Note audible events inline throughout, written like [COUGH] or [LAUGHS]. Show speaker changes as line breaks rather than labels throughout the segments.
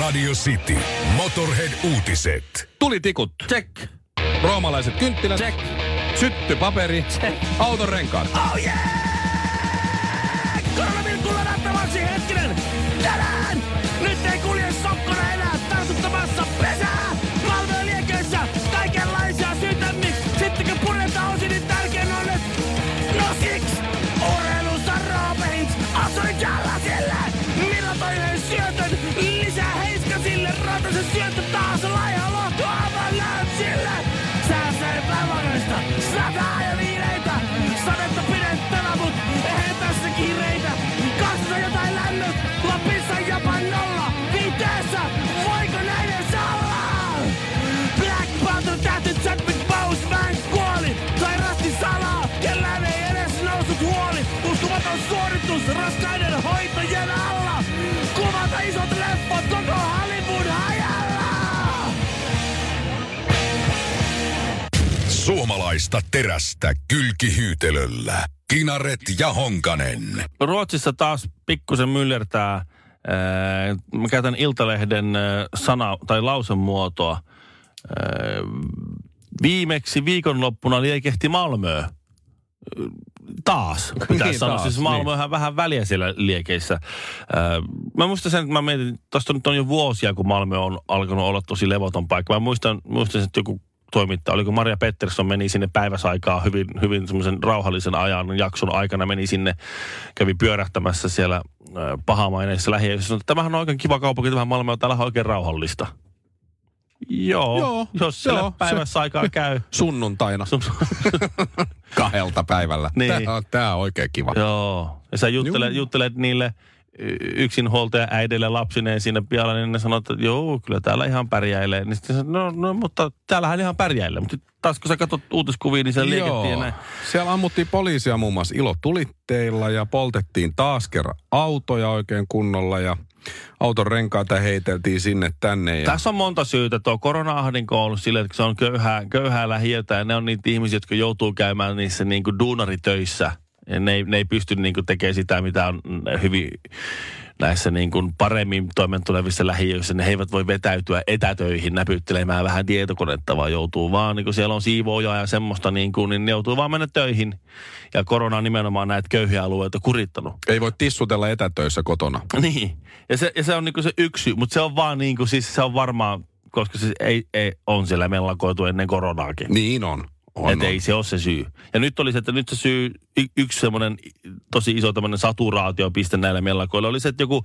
Radio City. Motorhead-uutiset.
Tuli tikut.
Check.
Roomalaiset kynttilät.
Check.
Sytty paperi.
Check.
Auton renkaat.
Oh yeah! Korvavilkulla nähtäväksi hetkinen! Tänään! Nyt ei kulje sokkona enää tarsuttamassa pesää! Malmö liekeissä kaikenlaisia syitä miksi. Sitten kun puretaan osin, niin tärkein on nyt No siksi! Urheilussa raapehins asui sille! Milloin toinen syötön lisää heiska sille? Ratasen syöttö taas laiha lohtu aivan lähtöön sille! Sääsee päiväköistä, sataa ja viileitä! Sadetta pidettävä, mut eihän tässä kiireitä! Kassassa jotain lämmöt, Lapissa jopa nolla! Viiteessä, voiko näin edes olla? Black Panther tähti Chadwick Boseman kuoli Sairasti salaa, kellään ei edes noussut huoli Uskomaton suoritus raskaiden hoitojen alla Kuvata isot leffot koko Hollywood hajalla
Suomalaista terästä kylkihyytelöllä. Kinaret ja Honkanen.
Ruotsissa taas pikkusen myllertää. Ää, Mä käytän Iltalehden ää, sana- tai lausemuotoa. Ää, Viimeksi viikonloppuna liekehti Malmöö. Ää,
[LAUGHS]
Taas, pitää
Niin,
sanoa.
taas,
siis Malmöhän vähän väliä siellä liekeissä. Ää, Mä muistan sen, että mä mietin, tosta nyt on jo vuosia, kun Malmö on alkanut olla tosi levoton paikka. Mä muistan, muistan että joku toimittaja, oliko Maria Pettersson, meni sinne päiväsaikaa hyvin, hyvin semmoisen rauhallisen ajan jakson aikana, meni sinne, kävi pyörähtämässä siellä ö, pahamaineissa lähiöissä. Sanoi, että Tämähän on oikein kiva kaupunki, tämä Malmö on täällä on oikein rauhallista. Joo,
Joo,
jos siellä
joo, se-
päiväsaikaa
[LAUGHS]
käy.
Sunnuntaina. Kahdelta päivällä.
Niin.
Tää, on, tää on oikein kiva.
Joo. Ja sä juttelet,
Juu.
juttelet niille y- yksinhuoltaja äideille lapsineen siinä pihalla, niin ne sanoo, että joo, kyllä täällä ihan pärjäilee. Niin sitten sanoo, no, no, mutta täällähän ihan pärjäilee. Mutta taas kun sä katsot uutiskuvia, niin se liekettiin ja näin.
Siellä ammuttiin poliisia muun muassa ilotulitteilla ja poltettiin taas kerran autoja oikein kunnolla ja auton renkaita heiteltiin sinne tänne. Ja...
Tässä on monta syytä. Tuo korona-ahdinko on ollut silleen, että se on köyhää, köyhää lähiötä ja ne on niitä ihmisiä, jotka joutuu käymään niissä niin kuin duunaritöissä. Ja ne, ei, ne ei pysty niin kuin tekemään sitä, mitä on hyvin näissä niin kuin paremmin toimeentulevissa lähiöissä. Ne he eivät voi vetäytyä etätöihin näpyttelemään vähän tietokonetta, vaan joutuu vaan, niin kuin siellä on siivoojaa ja semmoista, niin, kuin, niin ne joutuu vaan mennä töihin. Ja korona on nimenomaan näitä köyhiä alueita kurittanut.
Ei voi tissutella etätöissä kotona.
[LAUGHS] Niin, ja se, ja se on niinku se yksi, mutta se on vaan niinku, siis se on varmaan, koska siis ei, ei on siellä mellakoitu ennen koronaakin.
Niin on. on,
Että
on.
ei se ole se syy. Ja nyt oli se, että nyt se syy, y- yksi semmoinen tosi iso tämmöinen saturaatiopiste näillä mellakoilla oli se, että joku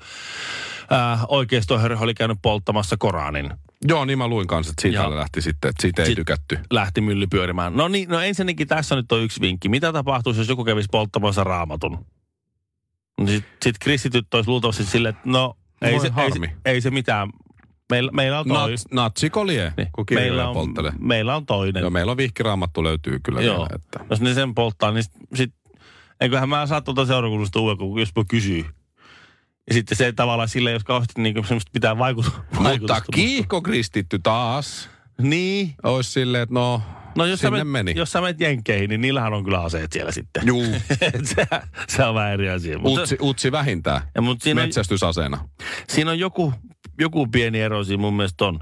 äh, oikeistohörhö oli käynyt polttamassa Koranin.
Joo, niin mä luin kanssa, että siitä
Joo.
lähti sitten, että siitä ei
Sit-
tykätty.
Lähti mylly pyörimään. No niin, no ensinnäkin tässä nyt on yksi vinkki. Mitä tapahtuisi, jos joku kävisi polttamassa raamatun? No sit, sit kristityt olisi luultavasti silleen, että no ei
Voi
se, ei,
harmi.
se, ei se mitään. Meillä, meillä on toi.
Nats, natsikolie, niin. kun kirjoja
meillä, on,
polttelee.
meillä on toinen.
Joo, meillä on vihkiraamattu löytyy kyllä vielä. Että.
Jos ne sen polttaa, niin sit, sit eiköhän mä saa tuota seurakunnasta uuden, kun jos mä kysyy. Ja sitten se tavallaan sille, jos kauheasti niinku semmoista pitää vaikuta. [LAUGHS]
Mutta
vaikutusta.
kiihko kristitty taas
Niin.
olisi silleen, että no,
No jos sä,
sinne
menet,
meni.
jos sä menet jenkeihin, niin niillähän on kyllä aseet siellä sitten.
Juu,
[LAUGHS] se, se on vähän eri asia. Mutta,
utsi, utsi vähintään.
ja, mutta siinä, on,
Metsästysaseena.
siinä on joku, joku pieni ero siinä mun mielestä on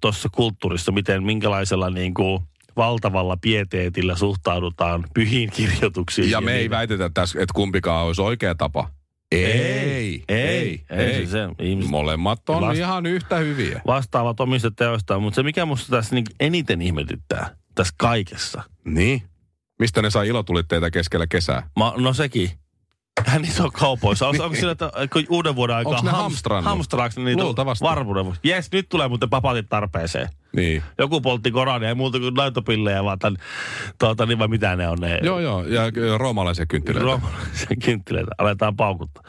tuossa kulttuurissa, miten minkälaisella niin kuin, valtavalla pieteetillä suhtaudutaan pyhiin kirjoituksiin.
Ja me ei
niiden-
väitetä tässä, että kumpikaan olisi oikea tapa. Ei,
Ei,
ei,
ei, ei. Se, se, ihmiset
Molemmat on
Last-
ihan yhtä hyviä.
vastaavat omista teoistaan, mutta se mikä musta tässä niin eniten ihmetyttää tässä kaikessa,
Niin. Mistä ne sai ilotulitteita keskellä kesää?
Mä, no sekin. Hän iso kaupoissa. On, onko sillä, että äh, kun uuden vuoden aikaa
Onks ne hamstrannut?
hamstraaksi, niin niitä
Luultavasti.
varmuuden vuoksi. Jes, nyt tulee muuten papatit tarpeeseen.
Niin.
Joku poltti korania, ei muuta kuin näytöpillejä, vaan tämän, tuota, niin vai mitä ne on ne
Joo, joo. Ja ö, roomalaisia kynttilöitä.
[LAUGHS] roomalaisen kynttilöitä. Aletaan paukuttaa.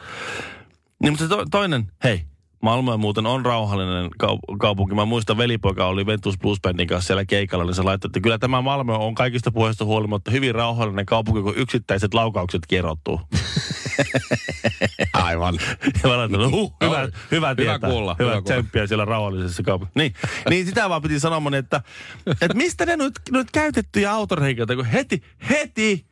Niin, mutta se to, toinen, hei, Malmö muuten on rauhallinen kaup- kaupunki. Mä muistan, velipoika oli Ventus Blues Bandin kanssa siellä keikalla, niin se laittoi, että kyllä tämä Malmö on kaikista puheista huolimatta hyvin rauhallinen kaupunki, kun yksittäiset laukaukset kerrottuu.
[LAUGHS] Aivan.
Ja mä laitan, huh,
Joo.
hyvä, hyvä,
Hyvä
tietää.
kuulla,
Hyvä,
hyvä kuulla.
tsemppiä siellä rauhallisessa kaupungissa. Niin, niin sitä vaan piti sanoa moni, että, että mistä ne nyt, nyt käytettyjä autoreikoita, kun heti, heti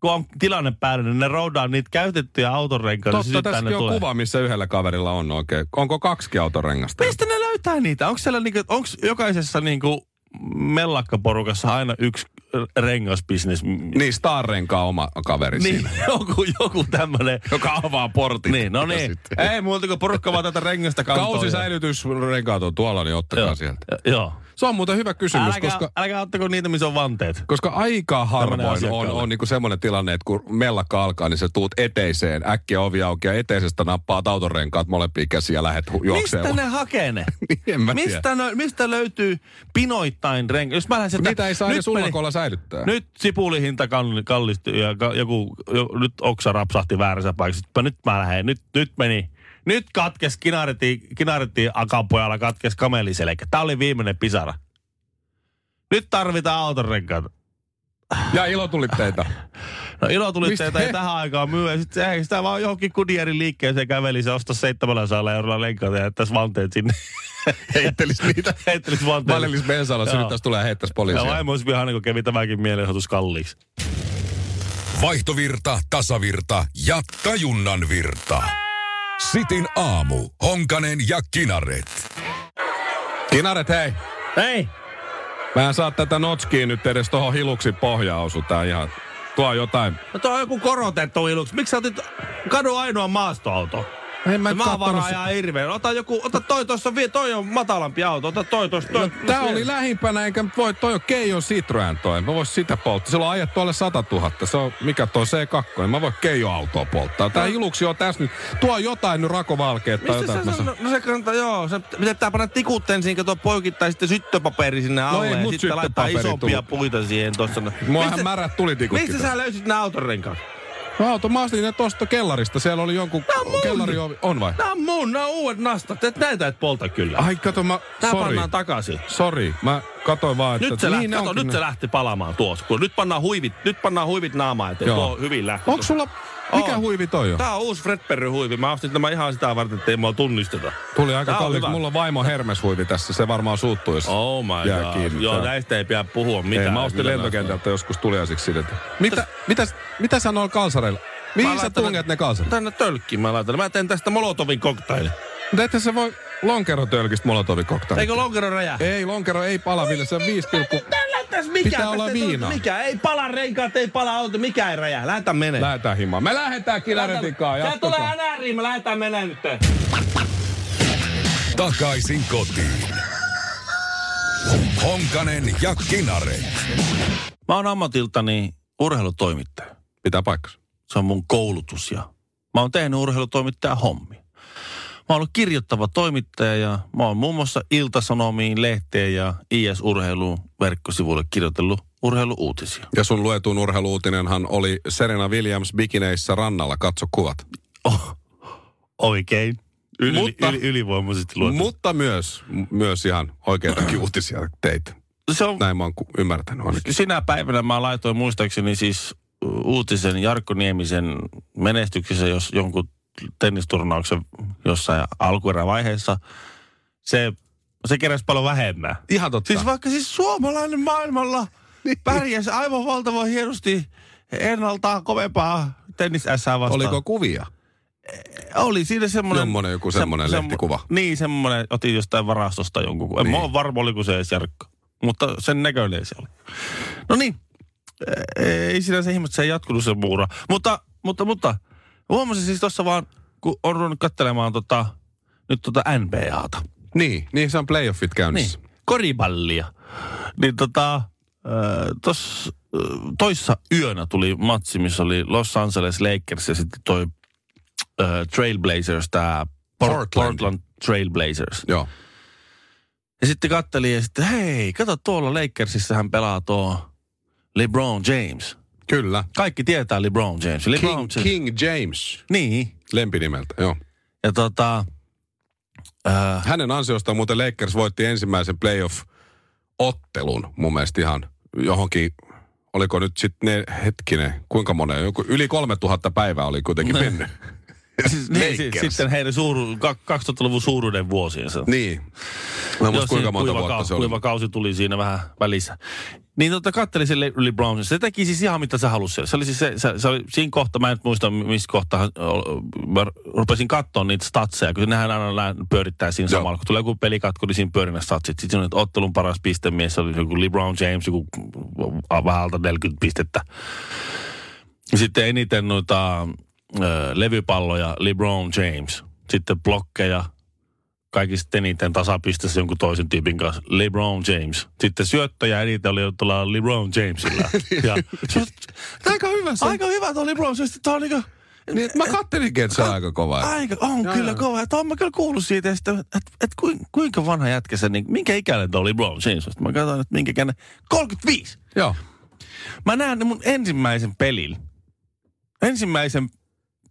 kun on tilanne päällä, niin ne roudaan niitä käytettyjä autorenkaita. niin
Totta,
sitten
tässäkin
tänne
on
tulee.
kuva, missä yhdellä kaverilla on oikein. Onko kaksi autorengasta?
Mistä ne löytää niitä? Onko siellä niinku, onks jokaisessa niinku mellakkaporukassa aina yksi rengasbisnes?
Niin, Star-renkaa oma kaveri
niin
siinä.
[LAUGHS] joku, joku tämmönen.
Joka avaa portit.
Niin, no niin.
Sitten.
Ei muuta kuin porukka vaan tätä rengasta kantoon.
Kausisäilytysrenkaat on tuolla, niin ottakaa
Joo.
sieltä.
Ja- Joo.
Se on muuten hyvä kysymys,
Älkää,
koska...
älkää ottako niitä, missä on vanteet.
Koska aika harvoin on,
asiakkaalle.
on niinku semmoinen tilanne, että kun mellakka alkaa, niin sä tuut eteiseen, äkkiä ovi auki ja eteisestä nappaat autorenkaat molempia käsiä ja lähet hu- juokseen.
Mistä ne hakee ne?
[LAUGHS] Niin, en mä tiedä.
mistä, ne, mistä löytyy pinoittain rengas? Jos mä lähden sieltä-
Niitä ei saa
nyt
edes
meni-
ulkoilla säilyttää.
Nyt sipulihinta kall- kallistui ja ka- joku, jo, nyt oksa rapsahti väärässä paikassa. Mä Nyt mä lähden, nyt, nyt meni. Nyt katkes kinareti, kinareti akanpojalla katkes kameliselkä. Tää oli viimeinen pisara. Nyt tarvitaan autorenkaita.
Ja ilotulitteita.
No ilotulitteita
Mistä?
ei tähän aikaan myy. Ja sit se, sitä vaan johonkin kudierin liikkeeseen käveli. Se ostaa 700 eurolla lenkaita ja jättäisi vanteet
[LAUGHS]
sinne.
Heittelis
[LAUGHS]
niitä.
Heittelis vanteet.
Valellis bensalla, se
Joo.
nyt taas tulee heittäis
Ja
poliisia.
vaimo olisi vihainen, kun kävi tämäkin mielenosoitus kalliiksi.
Vaihtovirta, tasavirta ja tajunnan virta. Sitin aamu. Honkanen ja Kinaret.
Kinaret, hei!
Hei!
Mä en saa tätä notskiin nyt edes tohon hiluksi pohjaan osu. Tää ihan... Tuo on jotain.
No tuo on joku korotettu iluksi. Miksi sä otit kadun ainoa maastoauto?
En
Mä maavara ajaa hirveän. Ota joku, ota toi tuossa, vie, toi on matalampi auto, ota toi tuossa. Toi,
No,
no
Tää oli lähimpänä, enkä voi, toi on Keijon Citroen toi. Mä vois sitä polttaa. Sillä on ajettu alle 100 000. Se on, mikä toi C2, mä voin Keijon autoa polttaa. Tää iluksi on tässä nyt. Tuo on jotain nyt rakovalkeet tai
No. Mistä
jotain.
sä,
että mä saan-
no, no se kannattaa, joo. Se pitää- pitää panna tikut ensin, kato poikittain sitten syttöpaperi sinne alle.
No ei
ja
mut
sitten laittaa
syttöpaperi
isompia puita siihen tuossa. No.
Muahan
Mistä-
märät tulitikutkin.
Mistä sä löysit nämä autorenkaat?
No auto, mä ostin ne tosta kellarista. Siellä oli jonkun
Tää on mun.
kellari on vai?
Nämä on mun, nämä on uudet nastat. Et näitä et polta kyllä.
Ai kato mä,
Tää
sori.
pannaan takaisin.
Sori, mä katoin vaan, että...
Nyt se, lähti,
ne
kato,
niin onkin
nyt
ne.
se lähti palaamaan tuossa. Kun nyt pannaan huivit, nyt pannaan huivit naamaan eteen.
Joo.
Tuo on hyvin lähti.
Onko sulla... Mikä
On.
huivi toi on?
Tää on uusi Fredberry-huivi. Mä ostin tämän ihan sitä varten, ettei mua tunnisteta.
Tuli aika
Tää on
kalliiksi.
hyvä.
Mulla on vaimo hermeshuivi tässä. Se varmaan suuttuu, jos
Oh my
jää
god.
kiinni.
Joo,
Tää-
näistä ei pidä puhua mitään.
Ei, mä ostin
Millä
lentokentältä joskus tuliaisiksi sinne. Mitä, mitä, mitä sä noilla kalsareilla? Mihin sä
laitan
tunget
ne-
ne kalsarit?
Tänne tölkkiin mä laitan. Mä teen tästä Molotovin koktaili.
Mutta ette sä voi lonkerotölkistä molotovikoktailta.
Eikö lonkero räjää?
Ei, lonkero ei pala, Ville, se on 5 pilkku...
Tällä tässä mikä?
Pitää
Tästä
olla
ei tullut
viinaa.
Mikä? Ei pala renkaat, ei pala auto, mikä ei räjää. Lähetä menee.
Lähetään himaan. Me lähetään kilaretikaan,
Tää tulee
jatkakaa.
NRI, mä lähetään menee nyt.
Takaisin kotiin. Honkanen ja Kinaret.
Mä oon ammatiltani urheilutoimittaja.
Pitää paikkansa.
Se on mun koulutus ja mä oon tehnyt urheilutoimittajan hommi. Mä oon ollut kirjoittava toimittaja ja mä oon muun muassa Iltasanomiin, lehteen ja IS-urheiluun verkkosivuille kirjoitellut urheiluuutisia.
Ja sun luetun urheiluutinenhan oli Serena Williams bikineissä rannalla, katso kuvat.
Oh, oikein. Yli,
Mutta-
Mutta, yli, ylivoimaisesti luotu.
Mutta myös, m- myös ihan [CLEARS THROAT] oikeitakin uutisia teit.
se on,
Näin mä oon ku- ymmärtänyt ainakin.
sinä päivänä mä laitoin muistaakseni siis uutisen Jarkko Niemisen menestyksessä, jos jonkun tennisturnauksen jossain alkuerävaiheessa. Se, se keräsi paljon vähemmän.
Ihan totta. Niin.
Siis vaikka siis suomalainen maailmalla pärjäsi aivan valtavan hienosti ennaltaa kovempaa tennis S vastaan.
Oliko kuvia?
Oli siinä semmoinen...
Jommonen joku
se-
semmonen lehtikuva.
Niin, semmoinen otin jostain varastosta jonkun. kuvan. En
Niin.
niin. mä ole varma, oliko se edes Jarkko. Mutta sen näköinen se oli. No niin, E- ei sinänsä ihme, että se ei jatkunut se muura. Mutta, mutta, mutta huomasin siis tuossa vaan, kun on ruvennut katselemaan tota, nyt tota NBAta.
Niin, niin se on playoffit käynnissä.
Niin, koripallia. Niin tota, ö, tos, ö, toissa yönä tuli matsi, missä oli Los Angeles Lakers ja sitten toi ö, Trailblazers, tää Portland.
Portland.
Portland Trailblazers.
Joo.
Ja sitten katteli ja sitten, hei, kato tuolla Lakersissähän pelaa tuo LeBron James.
Kyllä.
Kaikki tietää LeBron James. LeBron
King,
James.
King James,
Niin.
lempinimeltä, joo.
Ja
[LAUGHS]
tota,
Hänen ansiostaan muuten Lakers voitti ensimmäisen playoff-ottelun mun mielestä ihan johonkin, oliko nyt sitten hetkinen, kuinka monen, joku, yli 3000 päivää oli kuitenkin mennyt.
siis, niin, si-
Lakers.
sitten heidän suuru, ka- 2000-luvun suuruuden vuosiensa.
Niin. Mä en
Joo,
muista kuinka
siinä
monta
kuiva
vuotta
kau-
se oli.
Kuiva kausi tuli siinä vähän välissä. Niin tota, katteli sen Le- LeBron. Se teki siis ihan mitä sä halusit. Se oli siis se, se, se oli siinä kohta, mä en nyt muista missä kohtaa, mä rupesin katsoa niitä statseja, kun nehän aina lä- pyörittää siinä
Joo.
samalla. Kun tulee joku pelikatko, niin siinä pyörinä statsit. Sitten on, että ottelun paras pistemies oli joku LeBron James, joku äh, vähän alta 40 pistettä. Sitten eniten noita ö, levypalloja LeBron James. Sitten blokkeja kaikista eniten tasapistessä jonkun toisen tyypin kanssa. LeBron James. Sitten syöttäjä eniten oli tuolla LeBron Jamesilla. ja, se on-
Aika hyvä se.
aika hyvä tuo LeBron James. Tämä on niinku,
Niin, että mä kattelinkin, että se on aika kova.
aika, on
Joo,
kyllä
joo.
kova. Tämä on mä kyllä kuullut siitä, että et, et, kuin, kuinka vanha jätkä se, niin, minkä ikäinen tuo LeBron James on. Sitten Mä katsoin, että minkä ikäinen. 35!
Joo.
Mä näen ne mun ensimmäisen pelin. Ensimmäisen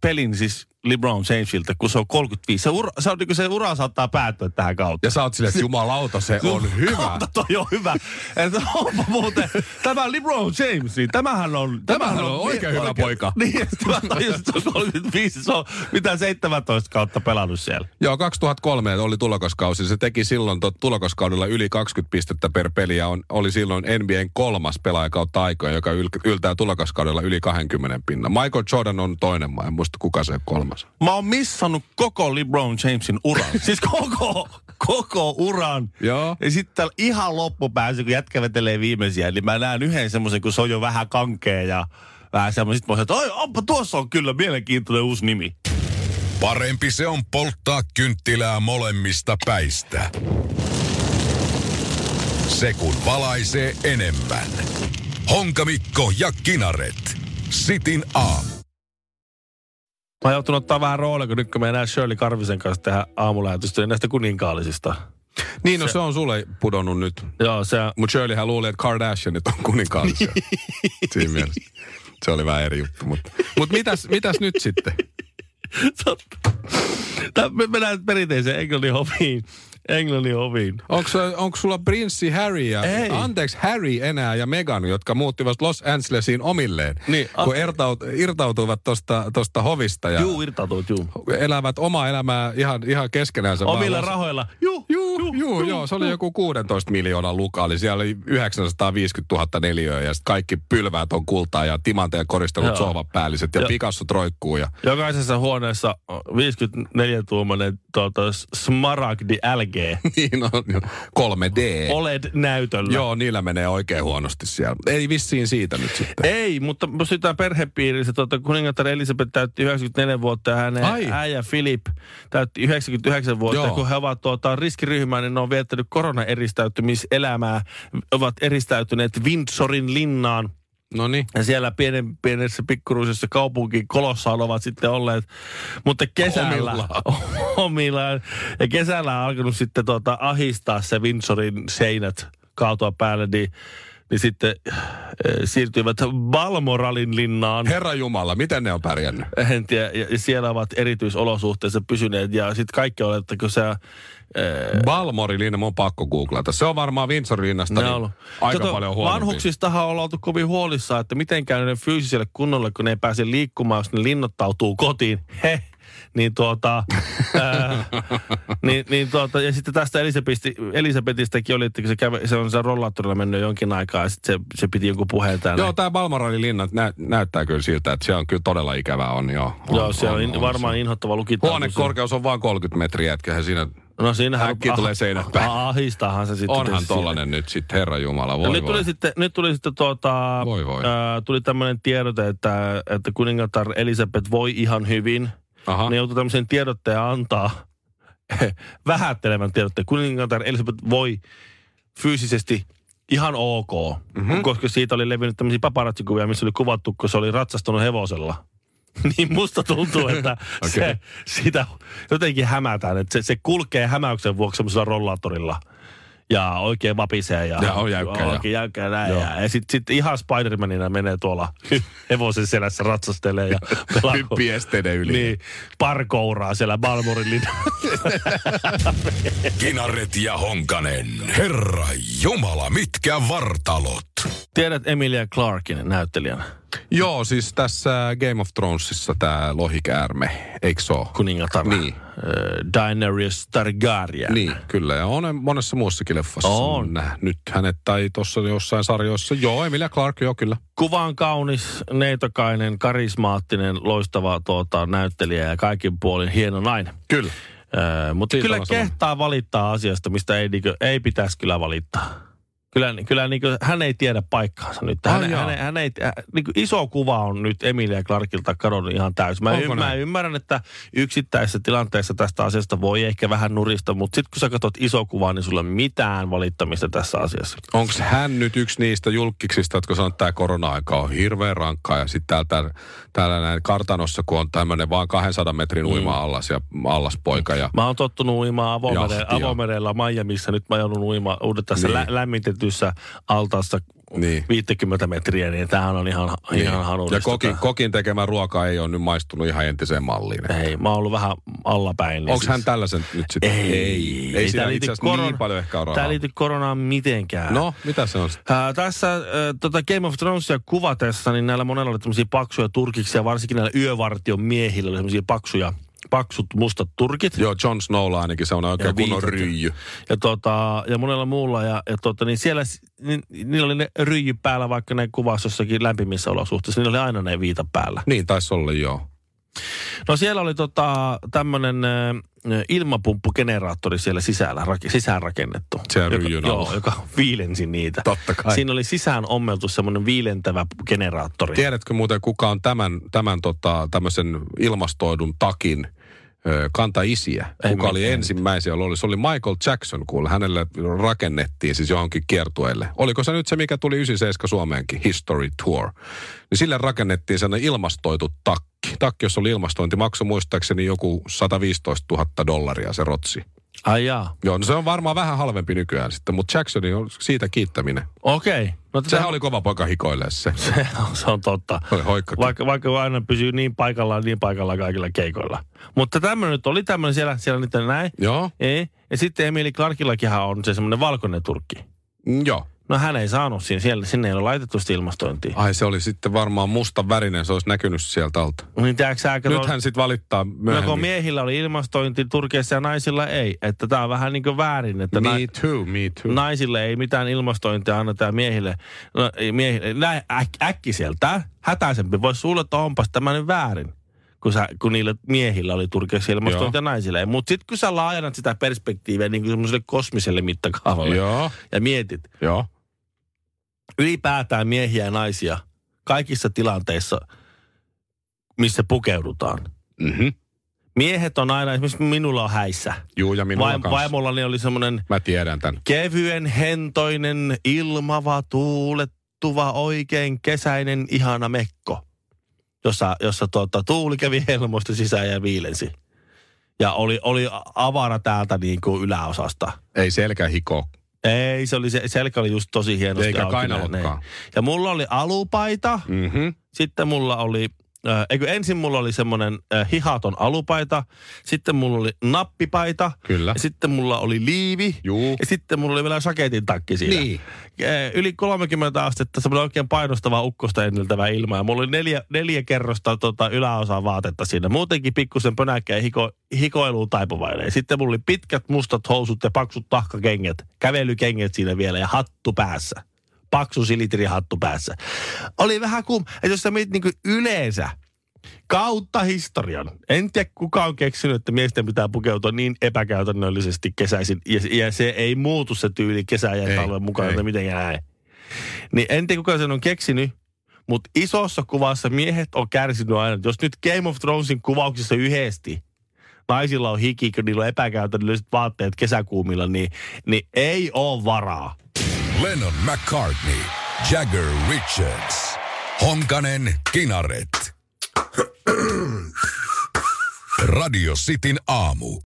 pelin siis LeBron Jamesilta, kun se on 35. Se ura, se, on, niinku se ura saattaa päättyä tähän kautta.
Ja sä oot silleen, että jumalauta, se
[LAUGHS]
on hyvä.
Kautta toi on hyvä. Että onpa muuten, tämä LeBron James, niin tämähän on...
Tämähän on oikein hyvä poika.
Niin, ja sitten mä tajusin, että se on 35, se on mitä 17 kautta pelannut siellä.
Joo, 2003 oli tulokaskausi. Se teki silloin tot, tulokaskaudella yli 20 pistettä per peli ja on, oli silloin NBAn kolmas pelaaja kautta aikoja, joka yl, yltää tulokaskaudella yli 20 pinnan. Michael Jordan on toinen, mä en muista kuka se kolmas.
Mä oon missannut koko LeBron Jamesin uran. [LAUGHS] siis koko, koko uran.
Joo.
Ja sitten ihan loppupäässä, kun jätkä vetelee viimeisiä, niin mä näen yhden semmoisen, kun se on jo vähän kankea ja vähän semmoinen. Sitten mä oon, että oi, onpa tuossa on kyllä mielenkiintoinen uusi nimi.
Parempi se on polttaa kynttilää molemmista päistä. Se kun valaisee enemmän. Honkamikko ja Kinaret. Sitin aamu.
Mä oon joutunut ottaa vähän roolia, kun nyt kun me enää Shirley Karvisen kanssa tehdä aamulähetystä niin näistä kuninkaallisista.
Niin, no se, se on sulle pudonnut nyt.
Joo, se
Mutta Shirleyhän luuli, että Kardashianit on kuninkaallisia. [LAUGHS] Siinä mielessä. Se oli vähän eri juttu, mutta mut mitäs, mitäs nyt sitten?
[LAUGHS] totta. Tää- Me mennään perinteiseen Englannin hoviin. Englannin hoviin.
Onko, onko sulla prinssi Harry ja,
Ei.
anteeksi, Harry enää ja Meghan, jotka muuttivat Los Angelesiin omilleen,
Niin,
kun
a-
irtaut, irtautuivat tosta, tosta hovista ja
Juu, irtautunut, juu.
elävät omaa elämää ihan, ihan keskenänsä. vaan
Omilla
Los-
rahoilla. Juu,
Juu, juu, juu, joo, se oli joku 16 miljoonaa luka, eli siellä oli 950 000 neliöä ja sit kaikki pylväät on kultaa ja timanteen koristelut
Joo.
sohvapäälliset ja, ja
Joo.
Picasso roikkuu ja [LAUGHS]
Jokaisessa huoneessa on 54-tuumainen tuota, smaragdi [LAUGHS] LG
niin on, joo. 3D.
OLED-näytöllä.
Joo, niillä menee oikein huonosti siellä. Ei vissiin siitä nyt sitten.
Ei, mutta pystytään perhepiirissä. Tuota, kuningatar Elisabeth täytti 94 vuotta ja hänen
Ai.
äijä Philip täytti 99 vuotta.
Joo.
Joo. Kun he ovat tuota, riskiryhmää, niin ne on viettänyt koronaeristäytymiselämää. Ovat eristäytyneet Windsorin linnaan.
No niin.
Ja siellä pienen, pienessä pikkuruisessa kaupunkiin kolossa ovat sitten olleet, mutta kesällä,
Omillaan.
[LAUGHS] omillaan, ja kesällä on alkanut sitten tuota, ahistaa se Windsorin seinät kaatua päälle, niin, niin sitten äh, siirtyivät Balmoralin linnaan.
Herra Jumala, miten ne on pärjännyt?
En tiedä, ja ja siellä ovat erityisolosuhteissa pysyneet ja sitten kaikki äh, olet, kun se
Balmorilinna, mun on pakko googlata. Se on varmaan Windsor-linnasta
Ne on
niin
ollut.
aika
Kato,
paljon huonompi.
Vanhuksistahan on oltu kovin huolissaan, että miten käy ne fyysiselle kunnolle, kun ne ei pääse liikkumaan, jos ne linnoittautuu kotiin. [LAUGHS] He, niin tuota,
[LAUGHS]
ää, niin, niin tuota, ja sitten tästä Elisabethi- Elisabetistäkin oli, että kun se, kävi, se on se rollaattorilla mennyt jonkin aikaa, ja sitten se, se piti jonkun puheen täällä.
Joo, tämä Balmorilinna nä- näyttää kyllä siltä, että se on kyllä todella ikävää on. Joo, on,
Joo, se on, in, varmaan inhottava lukittava.
Huonekorkeus on vain 30 metriä, etkä siinä...
No siinähän...
Äkkiä tulee seinät päin.
Ah, ahistahan se sitten. siis
Onhan
tietysti
tollanen nyt sitten, herra Jumala, voi
Ja nyt,
voi.
tuli sitten, nyt tuli sitten tuota,
Voi voi.
Ää, tuli tämmöinen tiedote, että, että kuningatar Elisabeth voi ihan hyvin.
Aha.
Ne joutui tämmöisen tiedotteen antaa, [LAUGHS] vähättelevän tiedotteen. Kuningatar Elisabeth voi fyysisesti ihan ok,
Mhm.
mm-hmm. koska siitä oli levinnyt tämmöisiä paparazzi-kuvia, missä oli kuvattu, kun se oli ratsastunut hevosella. [LAUGHS] niin musta
[LAUGHS]
tuntuu, että okay. se, sitä jotenkin hämätään, että se, se kulkee hämäyksen vuoksi semmoisella rollaattorilla. Ja oikein vapisee ja,
Ja on jäykkä,
Oikein jäykkä näin. Ja, ja sitten sit ihan Spider-Manina menee
[LAUGHS]
tuolla hevosen selässä ratsastelee ja pelaa.
Hyppii esteiden yli.
Niin, parkouraa siellä Balmorin linna.
Kinaret ja Honkanen. Herra Jumala, mitkä vartalot.
[LAUGHS] Tiedät Emilia Clarkin näyttelijänä,
Joo, siis tässä Game of Thronesissa tämä lohikäärme, eikö se oo?
kuningatar.
Niin,
Daenerys Targaryen.
Niin, kyllä. Ja on monessa muussakin leffassa
On.
nähnyt hänet tai tuossa jossain sarjoissa. Joo, Emilia Clark, joo kyllä.
Kuva on kaunis, neitokainen, karismaattinen, loistava tuota, näyttelijä ja kaikin puolin hieno nainen.
Kyllä.
Öö, mutta
Siitä
kyllä
olen samaa
kehtaa valittaa asiasta, mistä ei, niinkö, ei pitäisi kyllä valittaa. Kyllä, kyllä niinkö, hän ei tiedä paikkaansa nyt. Hän,
Ai jaa.
hän, hän, hän ei, äh, niinkö, iso kuva on nyt Emilia Clarkilta kadonnut ihan täysin. Mä,
Onko
ymmär,
näin?
mä ymmärrän, että yksittäisessä tilanteessa tästä asiasta voi ehkä vähän nurista, mutta sitten kun sä katsot iso kuvaa, niin sulla ei ole mitään valittamista tässä asiassa.
Onko hän nyt yksi niistä julkiksista, jotka sanoo, että tämä korona-aika on hirveän rankkaa ja sitten täällä, täällä, täällä näin kartanossa, kun on tämmöinen vaan 200 metrin
Mm.
uima-allas ja allaspoika ja
Mä oon tottunut uimaan avomere-
Jahtia.
avomerellä Miamiissa. Nyt mä joudun uimaan uudet tässä
Niin.
niin. lä- lämmitetyssä altaassa
Niin.
niin. 50 metriä, niin tämähän on ihan, niin. ihan hanullista.
ja kokin,
tää.
kokin tekemä ruoka ei ole nyt maistunut ihan entiseen malliin.
Ei, mä oon ollut vähän allapäin. niin siis-
Onko hän tällaisen nyt sitten?
Ei.
Ei,
Ei
ei siinä
tää
itse
liity
asiassa niin
koron-
paljon ehkä ole
Tämä
rahaa.
ei liity koronaan mitenkään.
No, mitä se on sitten?
Ää, tässä äh, tota Game of Thronesia kuvatessa, niin näillä monella oli tämmöisiä paksuja turkiksia, varsinkin näillä yövartion miehillä oli semmoisia paksuja, paksut mustat turkit.
Joo, Jon Snowlla ainakin se on oikein kunnon
viitat-
ryijy.
Ja, tota, ja monella muulla. Ja, ja tota, niin siellä s- niin, niillä oli ne ryijy päällä, vaikka ne kuvasi jossakin lämpimissä olosuhteissa. niin Niillä oli aina ne viita päällä.
Niin, taisi olla joo.
No siellä oli tota, tämmöinen ilmapumppugeneraattori siellä sisällä, rak, sisään rakennettu.
Siellä
joka,
ryijyn alla.
joo, joka viilensi niitä.
Totta kai.
Siinä oli sisään ommeltu semmoinen viilentävä generaattori.
Niin. Tiedätkö muuten, kuka on tämän, tämän tota, tämmöisen ilmastoidun takin ö, kantaisiä?
En
Kuka oli
mitään.
ensimmäisiä, jolla oli? Se oli Michael Jackson, kuule. Hänelle rakennettiin siis johonkin kiertueelle. Oliko se nyt se, mikä tuli 97 Suomeenkin, History Tour? Niin sille rakennettiin sellainen ilmastoitu takki. Takki, jossa oli ilmastointi, maksoi muistaakseni joku 115 000 dollaria se rotsi.
Ai jaa.
Joo, no se on varmaan vähän halvempi nykyään sitten, mutta Jacksonin on siitä kiittäminen.
Okei. Okay. No,
Sehän oli kova poika hikoille se.
[LAUGHS] Se on, se on totta.
Oli hoikka.
Vaikka, vaikka aina pysyy niin paikallaan, niin paikallaan kaikilla keikoilla. Mutta tämmöinen nyt oli tämmöinen siellä, siellä nyt näin.
Joo,
Ei. Ja sitten Emili Clarkillakinhan on se semmoinen valkoinen turkki.
Mm, joo.
No hän ei saanut siinä, siellä, sinne ei ole laitettu sitä ilmastointia.
Ai se oli sitten varmaan mustan värinen, se olisi näkynyt sieltä alta.
Niin tiedätkö sä, kato-
Nyt hän sitten valittaa myöhemmin.
No kun miehillä oli ilmastointi Turkissa ja naisilla ei. Että tämä on vähän niin kuin väärin, että
me
nai,
too, me too.
naisille ei mitään ilmastointia anneta ja miehille, no, ei miehille näin äk, äkkiseltä, hätäisempi. Voisi suulla, että onpas tämä nyt väärin. Kun, sä, kun niillä miehillä oli Turkissa ilmastointi
Joo.
ja naisilla ei. Mutta sitten kun sä laajennat sitä perspektiiviä niin kuin semmoiselle kosmiselle mittakaavalle
Joo,
ja mietit,
joo.
ylipäätään miehiä ja naisia kaikissa tilanteissa, missä pukeudutaan.
Mm-hmm.
Miehet on aina, esimerkiksi minulla on häissä.
Juu ja minua
Vaim,
kanssa.
vaimollani oli semmoinen
Mä tiedän tämän.
kevyen, hentoinen, ilmava, tuulettuva, oikein kesäinen, ihana mekko, jossa, jossa tuota, tuuli kävi helmosta sisään ja viilensi. Ja oli, oli avara täältä niin kuin yläosasta.
Ei selkä hiko.
Ei, se oli, se, selkä oli just tosi hienosti
Eikä
auki näin,
kainalotkaan.
näin. Ja mulla oli alupaita,
Mm-hmm.
sitten mulla oli, äh, eikö ensin mulla oli semmoinen äh, hihaton alupaita, sitten mulla oli nappipaita,
Kyllä.
ja sitten mulla oli liivi,
Juu.
ja sitten mulla oli vielä saketin takki siinä.
Niin.
Äh, Yli 30 astetta, semmoinen oikein painostava ukkosta edeltävä ilma, ja mulla oli neljä, neljä kerrosta tota, yläosaa vaatetta siinä. Muutenkin pikkusen pönäkkä ja hiko, hikoiluun taipuvainen. Ja Sitten mulla oli pitkät mustat housut ja paksut tahkakengät, kävelykengät siinä vielä ja hattu päässä paksu silitrihattu päässä. Oli vähän kum, että jos sä mietit niin yleensä kautta historian. En tiedä, kuka on keksinyt, että miesten pitää pukeutua niin epäkäytännöllisesti kesäisin. Ja, ja se ei muutu se tyyli kesä ja
Ei,
talven mukaan,
ei.
että mitenkään näin. Niin en tiedä, kuka sen on keksinyt, mutta isossa kuvassa miehet on kärsinyt aina. Jos nyt Game of Thronesin kuvauksissa yhdesti naisilla on hiki, kun niillä on epäkäytännölliset vaatteet kesäkuumilla, niin, niin ei ole varaa.
Lennon McCartney, Jagger Richards, Honkanen [CLEARS THROAT] Kinaret. Radio Cityn aamu.